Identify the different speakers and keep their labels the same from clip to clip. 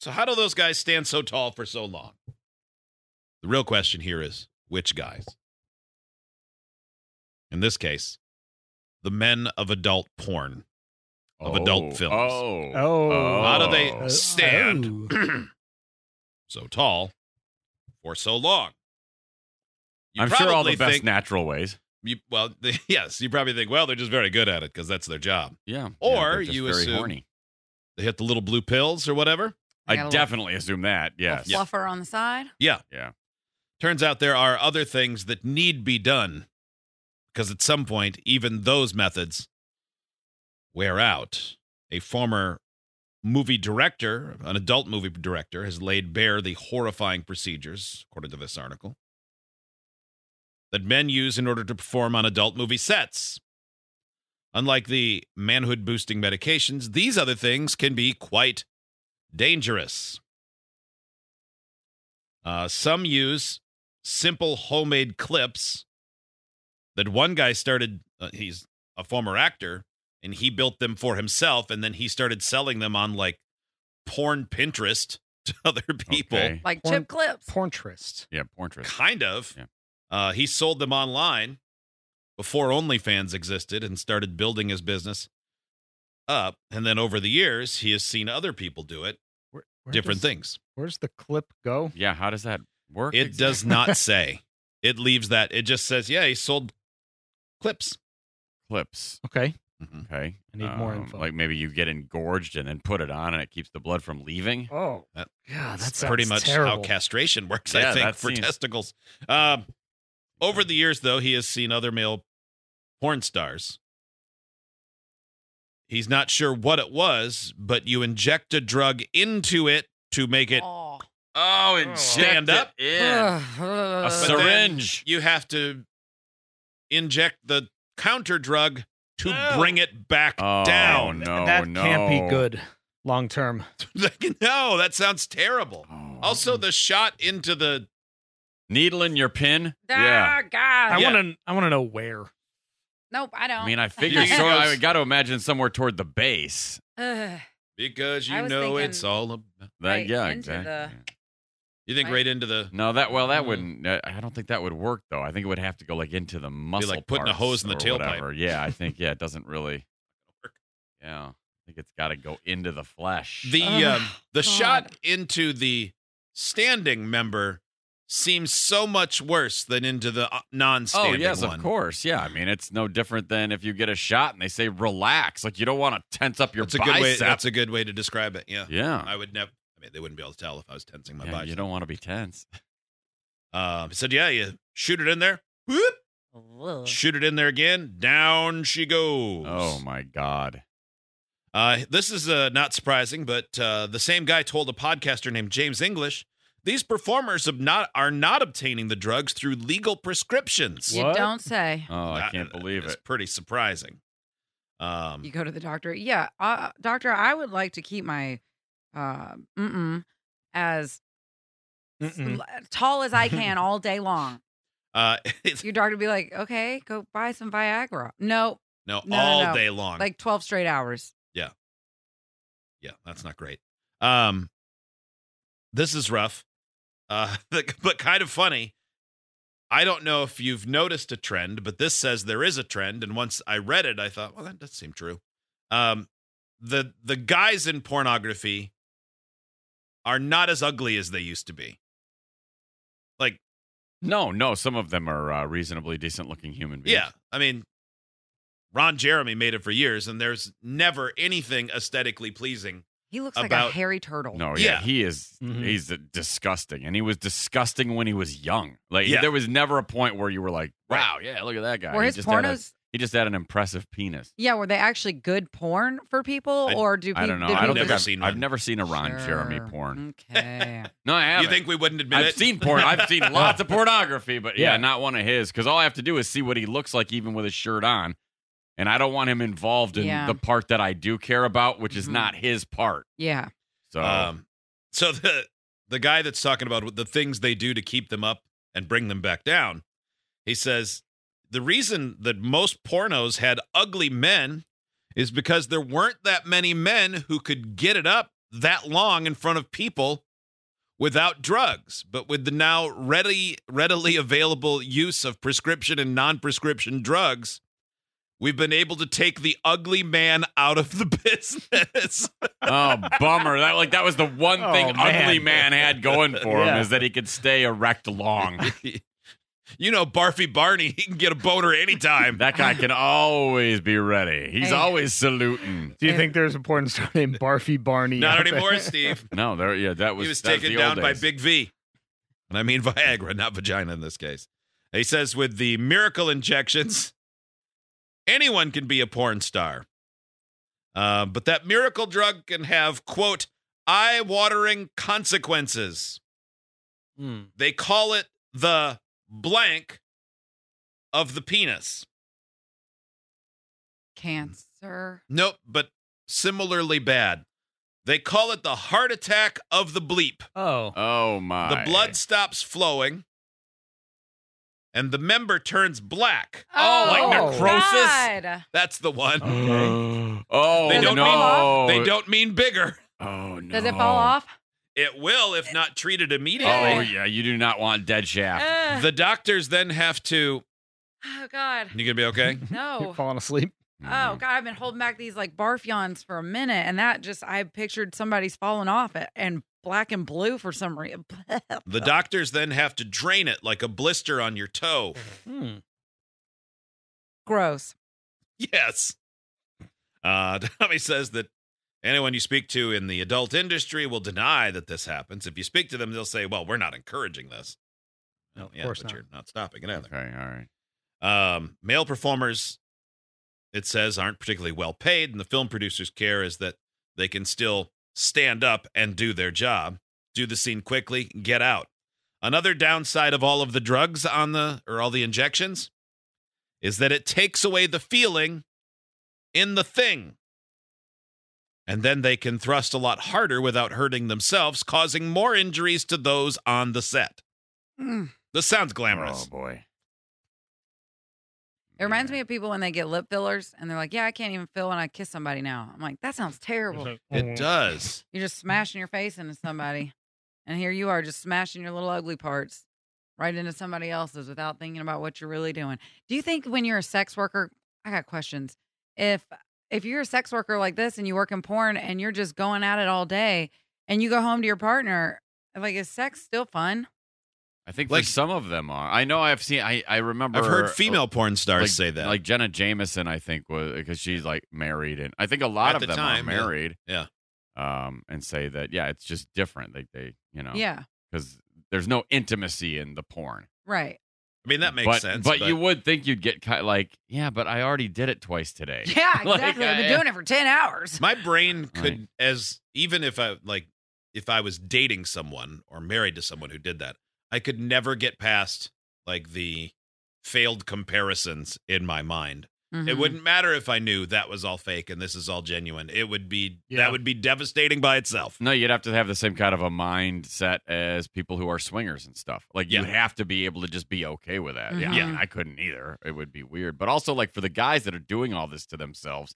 Speaker 1: So how do those guys stand so tall for so long? The real question here is which guys? In this case, the men of adult porn, of adult films.
Speaker 2: Oh.
Speaker 3: Oh.
Speaker 1: How do they
Speaker 3: Oh.
Speaker 1: stand so tall for so long? You
Speaker 2: I'm sure all
Speaker 1: probably
Speaker 2: the best
Speaker 1: think-
Speaker 2: natural ways.
Speaker 1: you, well, yes, you probably think, well, they're just very good at it because that's their job.
Speaker 2: Yeah.
Speaker 1: Or
Speaker 2: they're just
Speaker 1: you
Speaker 2: very
Speaker 1: assume-
Speaker 2: horny.
Speaker 1: They hit the little blue pills or whatever.
Speaker 2: I
Speaker 4: got a little-
Speaker 2: definitely assume that. Yes.
Speaker 4: little fluffer on the side.
Speaker 1: Turns out there are other things that need be done because at some point, even those methods wear out. A former movie director, an adult movie director, has laid bare the horrifying procedures, according to this article, that men use in order to perform on adult movie sets. Unlike the manhood boosting medications, these other things can be quite dangerous. Uh, some use simple homemade clips that one guy started. Uh, he's a former actor and he built them for himself and then he started selling them on like porn Pinterest to other people.
Speaker 2: Okay.
Speaker 4: Like
Speaker 3: Porn-
Speaker 4: chip clips.
Speaker 3: Porntrist.
Speaker 2: Yeah, portrait.
Speaker 1: Kind of.
Speaker 2: Yeah.
Speaker 1: Uh, he sold them online before OnlyFans existed and started building his business up. And then over the years, he has seen other people do it,
Speaker 3: Where, where
Speaker 1: different
Speaker 3: does-
Speaker 1: things.
Speaker 3: Where's the clip go?
Speaker 2: Yeah, how does that work?
Speaker 1: It does not say. It leaves that. It just says, yeah, he sold clips. Mm-hmm.
Speaker 2: clips. Okay.
Speaker 3: Okay.
Speaker 2: Um,
Speaker 3: I need more info.
Speaker 2: Like maybe you get engorged and then put it on and it keeps the blood from leaving.
Speaker 3: Oh.
Speaker 1: Uh,
Speaker 4: Ah,
Speaker 3: yeah,
Speaker 1: That's
Speaker 3: that's
Speaker 1: pretty much how castration works, I
Speaker 2: Yeah,
Speaker 1: think,
Speaker 2: that
Speaker 1: for
Speaker 2: seems-
Speaker 1: testicles. Um, over the years, though, he has seen other male porn stars. He's not sure what it was, but you inject a drug into it to make it.
Speaker 4: Oh.
Speaker 2: Oh,
Speaker 3: inject
Speaker 1: Stand it up.
Speaker 2: A
Speaker 1: But
Speaker 2: syringe.
Speaker 1: then you have to inject the counter drug to
Speaker 2: No.
Speaker 1: bring it back
Speaker 2: Oh,
Speaker 1: down.
Speaker 2: no,
Speaker 3: that
Speaker 2: no.
Speaker 3: can't be good long
Speaker 4: Uh,
Speaker 3: term.
Speaker 1: no, that sounds terrible.
Speaker 2: Oh.
Speaker 1: Also, the shot into the
Speaker 2: needle in your pin.
Speaker 4: Ah, God.
Speaker 3: I
Speaker 1: Yeah.
Speaker 3: want to. I want to know where.
Speaker 4: Nope, I don't.
Speaker 2: I mean, I figure
Speaker 1: You
Speaker 2: so. I
Speaker 1: guys-
Speaker 2: got to imagine somewhere toward the base.
Speaker 4: Ugh.
Speaker 1: because you
Speaker 4: I was
Speaker 1: know
Speaker 4: thinking-
Speaker 1: it's all about.
Speaker 2: That,
Speaker 4: Right
Speaker 2: yeah,
Speaker 4: into
Speaker 2: exactly.
Speaker 4: the-
Speaker 2: yeah.
Speaker 1: You think
Speaker 4: Right.
Speaker 1: right into the
Speaker 2: No, that well, that
Speaker 1: Mm.
Speaker 2: wouldn't. I I don't think that would work though. I think it would have to go like into the muscle.
Speaker 1: putting a
Speaker 2: parts
Speaker 1: hose in the
Speaker 2: or
Speaker 1: tailpipe.
Speaker 2: whatever. Yeah, I think yeah, it doesn't really.
Speaker 1: Work.
Speaker 2: Yeah, I think it's got to go into the flesh.
Speaker 1: the
Speaker 4: Oh,
Speaker 1: um, the
Speaker 4: God.
Speaker 1: shot into the standing member seems so much worse than into the uh,
Speaker 2: oh
Speaker 1: non-standing
Speaker 2: yes,
Speaker 1: one.
Speaker 2: of course. Yeah, I mean it's no different than if you get a shot and they say relax. Like you don't want to tense up your
Speaker 1: That's a
Speaker 2: bicep.
Speaker 1: good way. That's a good way to describe it. Yeah,
Speaker 2: yeah,
Speaker 1: I would never. I mean, they wouldn't be able to tell if I was tensing my
Speaker 2: Yeah,
Speaker 1: body.
Speaker 2: you don't want to be tense.
Speaker 1: Um, he said, yeah, you shoot it in there. Whoop,
Speaker 4: Ugh.
Speaker 1: shoot it in there again. Down she goes.
Speaker 2: Uh. Oh my god.
Speaker 1: Uh, this is uh, not surprising, but uh, the same guy told a podcaster named James English these performers ob- not, are not obtaining the drugs through legal prescriptions.
Speaker 4: You
Speaker 3: What?
Speaker 4: don't say.
Speaker 2: Oh, I
Speaker 1: That-
Speaker 2: can't believe
Speaker 1: It's
Speaker 2: it.
Speaker 1: pretty surprising. Um,
Speaker 4: You go to the doctor. Yeah, uh, doctor, I would like to keep my uh, mm-mm as
Speaker 3: Mm-mm.
Speaker 4: l- tall as I can all day long.
Speaker 1: uh, it's,
Speaker 4: Your doctor would be like, okay, go buy some Viagra. No,
Speaker 1: no,
Speaker 4: no,
Speaker 1: all
Speaker 4: no.
Speaker 1: day long.
Speaker 4: like 12 straight hours.
Speaker 1: yeah, that's not great. Um, this is rough, uh, but kind of funny. I don't know if you've noticed a trend, but this says there is a trend. And once I read it, I thought, well, that does seem true. Um, the the guys in pornography are not as ugly as they used to be. Like,
Speaker 2: No, no. Some of them are uh, reasonably decent-looking human beings.
Speaker 1: yeah, I mean, Ron Jeremy made it for years, and there's never anything aesthetically pleasing.
Speaker 4: He looks
Speaker 1: About-
Speaker 4: like a hairy turtle.
Speaker 2: No, yeah,
Speaker 1: Yeah. Mm-hmm.
Speaker 2: he is.
Speaker 3: Mhm.
Speaker 2: He's disgusting, and he was disgusting when he was young. Like
Speaker 1: Yeah.
Speaker 2: there was never a point where you were like, "Wow, yeah, look at that guy."
Speaker 4: Were
Speaker 2: he
Speaker 4: his
Speaker 2: just had a-
Speaker 4: pornos?
Speaker 2: he just had an impressive penis.
Speaker 4: Yeah, were they actually good porn for people,
Speaker 1: I-
Speaker 4: or do people?
Speaker 2: I don't know.
Speaker 4: do
Speaker 2: I don't
Speaker 1: never
Speaker 2: think I've
Speaker 1: seen
Speaker 2: I've
Speaker 1: one.
Speaker 2: never seen a Ron
Speaker 4: Sure. Mm-hmm.
Speaker 2: Jeremy porn.
Speaker 4: Okay.
Speaker 2: No, I haven't.
Speaker 1: You think we wouldn't admit
Speaker 2: I've
Speaker 1: it?
Speaker 2: seen porn. I've seen lots of pornography, but yeah,
Speaker 3: Yeah.
Speaker 2: not one of his. Because all I have to do is see what he looks like, even with his shirt on, and I don't want him involved in
Speaker 4: Yeah.
Speaker 2: the part that I do care about, which is
Speaker 4: Mhm.
Speaker 2: not his part.
Speaker 4: yeah.
Speaker 2: So
Speaker 1: Um, so the the guy that's talking about the things they do to keep them up and bring them back down, he says the reason that most pornos had ugly men is because there weren't that many men who could get it up that long in front of people without drugs. But with the now ready, readily available use of prescription and non prescription drugs, we've been able to take the ugly man out of the business.
Speaker 2: Oh, bummer. That like that was the one
Speaker 3: Oh,
Speaker 2: thing ugly
Speaker 3: man.
Speaker 2: man had going for him
Speaker 3: Yeah.
Speaker 2: is that he could stay erect long.
Speaker 1: you know, Barfy Barney, he can get a boner anytime.
Speaker 2: That guy can always be ready. He's
Speaker 4: Hey.
Speaker 2: always saluting.
Speaker 3: Do you think there's a porn star named Barfy Barney?
Speaker 1: Not
Speaker 3: out there?
Speaker 1: anymore, Steve.
Speaker 2: No, there. Yeah, that was
Speaker 1: he was
Speaker 2: that
Speaker 1: taken
Speaker 2: the
Speaker 1: down
Speaker 2: old
Speaker 1: by
Speaker 2: days.
Speaker 1: Big V. And I mean Viagra, not vagina in this case. He says with the miracle injections, anyone can be a porn star. Uh, but that miracle drug can have, quote, eye watering consequences.
Speaker 3: Hmm.
Speaker 1: They call it the blank of the penis.
Speaker 4: Cancer.
Speaker 1: Nope, but similarly bad. They call it the heart attack of the bleep.
Speaker 3: Oh.
Speaker 2: Oh my.
Speaker 1: The blood stops flowing, and the member turns black.
Speaker 2: Oh,
Speaker 3: like
Speaker 2: necrosis?
Speaker 4: God.
Speaker 1: That's the one.
Speaker 3: Okay.
Speaker 2: oh
Speaker 1: They
Speaker 4: don't mean-
Speaker 2: no.
Speaker 1: They don't mean bigger.
Speaker 2: Oh no.
Speaker 4: Does it fall off?
Speaker 1: It will if not treated
Speaker 2: Oh
Speaker 1: immediately.
Speaker 2: yeah, you do not want dead shaft.
Speaker 4: Ugh.
Speaker 1: The doctors then have to.
Speaker 4: oh God.
Speaker 1: You gonna be okay?
Speaker 3: You're
Speaker 4: No.
Speaker 3: falling asleep.
Speaker 4: Oh
Speaker 2: Mm.
Speaker 4: God, I've been holding back these like barf yawns for a minute, and that just I pictured somebody's falling off it and black and blue for some reason.
Speaker 2: Uh.
Speaker 1: The doctors then have to drain it like a blister on your toe.
Speaker 3: Hmm.
Speaker 4: Gross.
Speaker 1: Yes. Uh, Tommy says that anyone you speak to in the adult industry will deny that this happens. If you speak to them, they'll say, "Well, we're not encouraging this."
Speaker 3: No, of
Speaker 1: yeah,
Speaker 3: course
Speaker 1: but
Speaker 3: not.
Speaker 1: you're not stopping
Speaker 4: oh.
Speaker 1: it either.
Speaker 2: Okay, all right.
Speaker 1: Um, male performers, it says, aren't particularly well paid, and the film producers care is that they can still stand up and do their job, do the scene quickly, get out. Another downside of all of the drugs on the or all the injections is that it takes away the feeling in the thing. And then they can thrust a lot harder without hurting themselves, causing more injuries to those on the set.
Speaker 4: Mm.
Speaker 1: This sounds
Speaker 2: Oh
Speaker 1: glamorous.
Speaker 2: boy.
Speaker 4: It reminds me of people when they get lip fillers and they're like, "Yeah, I can't even feel when I kiss somebody now." I'm like, "That sounds
Speaker 3: Hmm.
Speaker 4: terrible."
Speaker 3: Oh,
Speaker 1: It does.
Speaker 4: You're
Speaker 2: Mm.
Speaker 4: just smashing your face into somebody, and here you are just smashing your little ugly parts right into somebody else's without thinking about what you're really doing. Do you think when you're a sex worker, I got questions. If if you're a sex worker like this and you work in porn and you're just going at it all day and you go home to your partner, like is sex still fun?
Speaker 2: I think
Speaker 1: Like-
Speaker 2: for some of them are. I know I've seen. I I remember.
Speaker 1: I've heard female porn stars
Speaker 2: like,
Speaker 1: say that.
Speaker 2: Like Jenna Jameson, I think was because she's like married, and I think a lot
Speaker 1: At
Speaker 2: of
Speaker 1: the
Speaker 2: them
Speaker 1: time,
Speaker 2: are
Speaker 1: yeah.
Speaker 2: married.
Speaker 1: Yeah.
Speaker 2: Um, and say that yeah, it's just different. Like they, you know,
Speaker 4: Yeah,
Speaker 2: because there's no intimacy in the porn.
Speaker 4: right.
Speaker 1: I mean, that makes
Speaker 2: but,
Speaker 1: sense.
Speaker 2: But, you would think you'd get kind like yeah, but I already did it twice today.
Speaker 4: Yeah, exactly.
Speaker 2: Like,
Speaker 4: I've been
Speaker 2: I-
Speaker 4: doing it for ten hours.
Speaker 1: my brain could,
Speaker 2: Right.
Speaker 1: as even if I like, if I was dating someone or married to someone who did that, I could never get past like the failed comparisons in my mind. It
Speaker 2: Mm-hmm.
Speaker 4: Mhm.
Speaker 1: wouldn't matter if I knew that was all fake and this is all genuine. It would be
Speaker 3: Yeah.
Speaker 1: that would be devastating by itself.
Speaker 2: No, you'd have to have the same kind of a mindset as people who are swingers and stuff. Like you
Speaker 1: Yeah.
Speaker 2: have to be able to just be okay with that. Yeah, I
Speaker 4: Mhm.
Speaker 2: mean, I couldn't either. It would be weird. But also, like for the guys that are doing all this to themselves,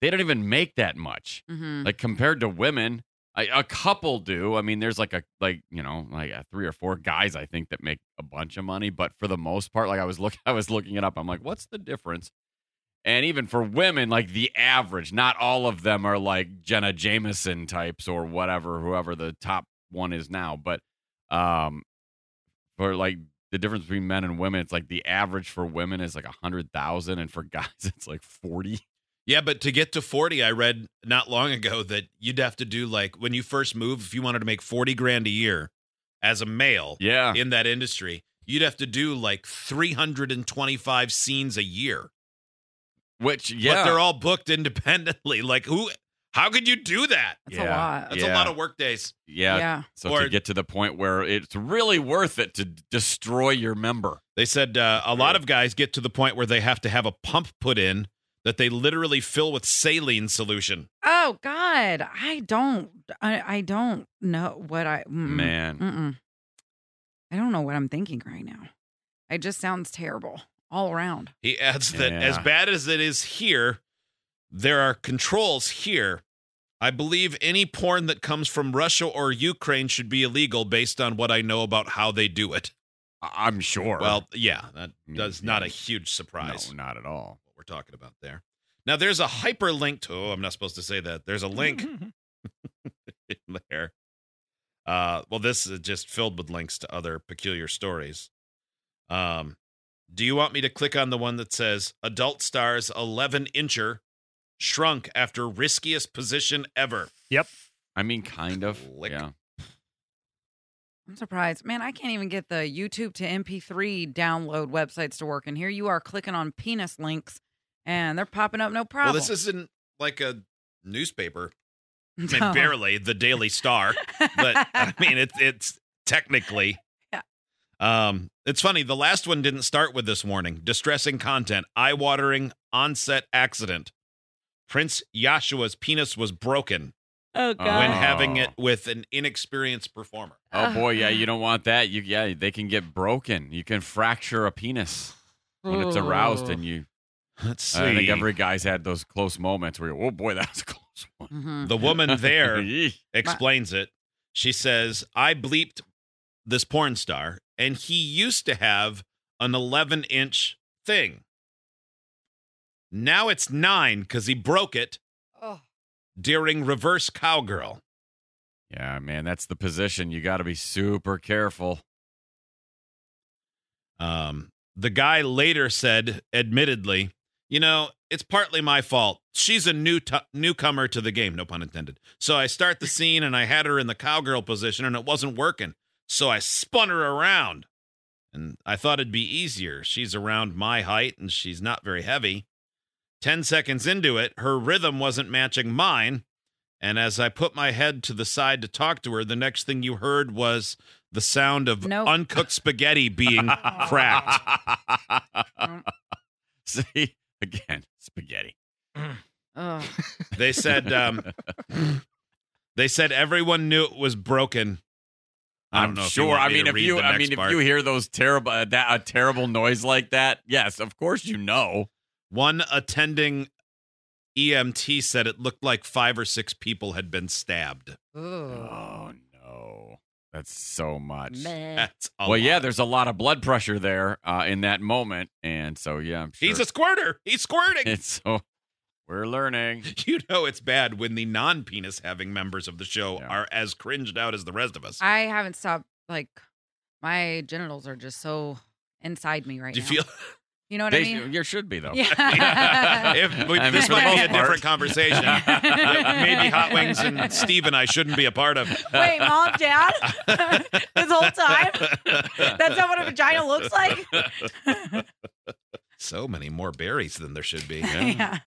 Speaker 2: they don't even make that much.
Speaker 4: Mhm.
Speaker 2: Like compared to women, I, a couple do. I mean, there's like a like you know like a three or four guys I think that make a bunch of money. But for the most part, like I was look I was looking it up. I'm like, what's the difference? And even for women, like the average, not all of them are like Jenna Jameson types or whatever, whoever the top one is now. But um, for like the difference between men and women, it's like the average for women is like a hundred thousand, and for guys, it's like forty.
Speaker 1: Yeah, but to get to 40, I read not long ago that you'd have to do like when you first move, if you wanted to make 40 grand a year as a male,
Speaker 2: Yeah,
Speaker 1: in that industry, you'd have to do like 325 scenes a year.
Speaker 2: which yeah,
Speaker 1: But they're all booked independently. Like who how could you do that?
Speaker 4: That's a
Speaker 2: yeah,
Speaker 4: lot.
Speaker 1: That's
Speaker 2: yeah,
Speaker 1: a lot of work days.
Speaker 2: yeah.
Speaker 4: yeah.
Speaker 2: So
Speaker 1: Or-
Speaker 2: to get to the point where it's really worth it to d- destroy your member.
Speaker 1: They said uh, a lot of guys get to the point where they have to have a pump put in that they literally fill with saline solution.
Speaker 4: Oh God, I don't, I, I don't know what I mm, mm-mm,
Speaker 2: Man,
Speaker 4: Mm-mm. I don't know what I'm thinking right now. It just sounds terrible all around.
Speaker 1: He adds that
Speaker 2: Yeah.
Speaker 1: as bad as it is here, there are controls here I believe any porn that comes from Russia or Ukraine should be illegal based on what I know about how they do it.
Speaker 2: I- I'm sure.
Speaker 1: Well, yeah, that
Speaker 2: Mm,
Speaker 1: does not a
Speaker 2: yeah.
Speaker 1: huge surprise
Speaker 2: no, not at all.
Speaker 1: what we're talking about there. Now there's a hyperlinked. Oh, I'm not supposed to say that.
Speaker 3: Mm.
Speaker 1: There's a link
Speaker 4: Mm-hmm.
Speaker 1: in there. Uh, well, this is just filled with links to other peculiar stories. Um, do you want me to click on the one that says adult stars 11 incher shrunk after riskiest position ever?
Speaker 2: I mean, kind of.
Speaker 1: Lick.
Speaker 2: Yeah.
Speaker 4: I'm surprised. Man, I can't even get the YouTube to MP3 download websites to work. And here you are clicking on penis links and they're popping up no problem.
Speaker 1: Well, this isn't like a newspaper. I mean,
Speaker 4: No.
Speaker 1: barely the Daily Star, but I mean, it, it's technically.
Speaker 4: Yeah.
Speaker 1: Um, it's funny. The last one didn't start with this warning: distressing content, eye-watering onset accident. Prince Joshua's penis was broken
Speaker 4: oh,
Speaker 2: God.
Speaker 1: uh, when
Speaker 2: Oh.
Speaker 1: having it with an inexperienced performer.
Speaker 2: Oh boy, yeah, you don't want that. You yeah, they can get broken. You can fracture a penis when it's aroused, and you. uh,
Speaker 1: Let's see.
Speaker 2: I think every guy's had those close moments where you, oh boy, that was a close one.
Speaker 4: hmm
Speaker 1: the woman there
Speaker 2: Yee.
Speaker 1: explains it. She says, I bleeped this porn star, and he used to have an 11 inch thing. Now it's nine because he broke it
Speaker 4: Oh.
Speaker 1: during reverse cowgirl.
Speaker 2: yeah, man, that's the position. You got to be super careful.
Speaker 1: Um, the guy later said, admittedly, you know, it's partly my fault. She's a new t- newcomer to the game, no pun intended. So I start the scene and I had her in the cowgirl position and it wasn't working. So I spun her around and I thought it'd be easier. She's around my height and she's not very heavy. 10 seconds into it, her rhythm wasn't matching mine. And as I put my head to the side to talk to her, the next thing you heard was the sound of
Speaker 4: Nope.
Speaker 1: uncooked spaghetti being cracked.
Speaker 2: See again, spaghetti.
Speaker 4: Ugh.
Speaker 1: They said um, they said everyone knew it was broken. I don't
Speaker 2: I'm
Speaker 1: know if you
Speaker 2: sure.
Speaker 1: want
Speaker 2: I
Speaker 1: me
Speaker 2: mean,
Speaker 1: to
Speaker 2: if
Speaker 1: read
Speaker 2: you,
Speaker 1: the
Speaker 2: I
Speaker 1: next
Speaker 2: mean,
Speaker 1: part.
Speaker 2: if you hear those terrible, uh, that a terrible noise like that, yes, of course you know.
Speaker 1: One attending EMT said it looked like five or six people had been stabbed.
Speaker 4: Ooh.
Speaker 2: Oh no, that's so much.
Speaker 4: Meh.
Speaker 1: That's a
Speaker 2: Well, yeah,
Speaker 1: lot.
Speaker 2: there's a lot of blood pressure there uh, in that moment, and so yeah, I'm sure.
Speaker 1: he's a squirter. He's squirting.
Speaker 2: and so we're learning.
Speaker 1: you know it's bad when the non-penis having members of the show
Speaker 2: Yeah.
Speaker 1: are as cringed out as the rest of us.
Speaker 4: I haven't stopped. Like, my genitals are just so inside me right
Speaker 1: Do you
Speaker 4: now.
Speaker 1: feel?
Speaker 4: you know what I
Speaker 2: They,
Speaker 4: mean?
Speaker 2: you should be though.
Speaker 4: Yeah.
Speaker 1: If we-
Speaker 2: I mean,
Speaker 1: this
Speaker 2: for
Speaker 1: might
Speaker 2: the
Speaker 1: be a
Speaker 2: most part.
Speaker 1: different conversation. that maybe Hot Wings and Steve and I shouldn't be a part of.
Speaker 4: Wait, mom, dad? this whole time? That's not what a vagina looks like?
Speaker 1: so many more berries than there should be.
Speaker 4: yeah.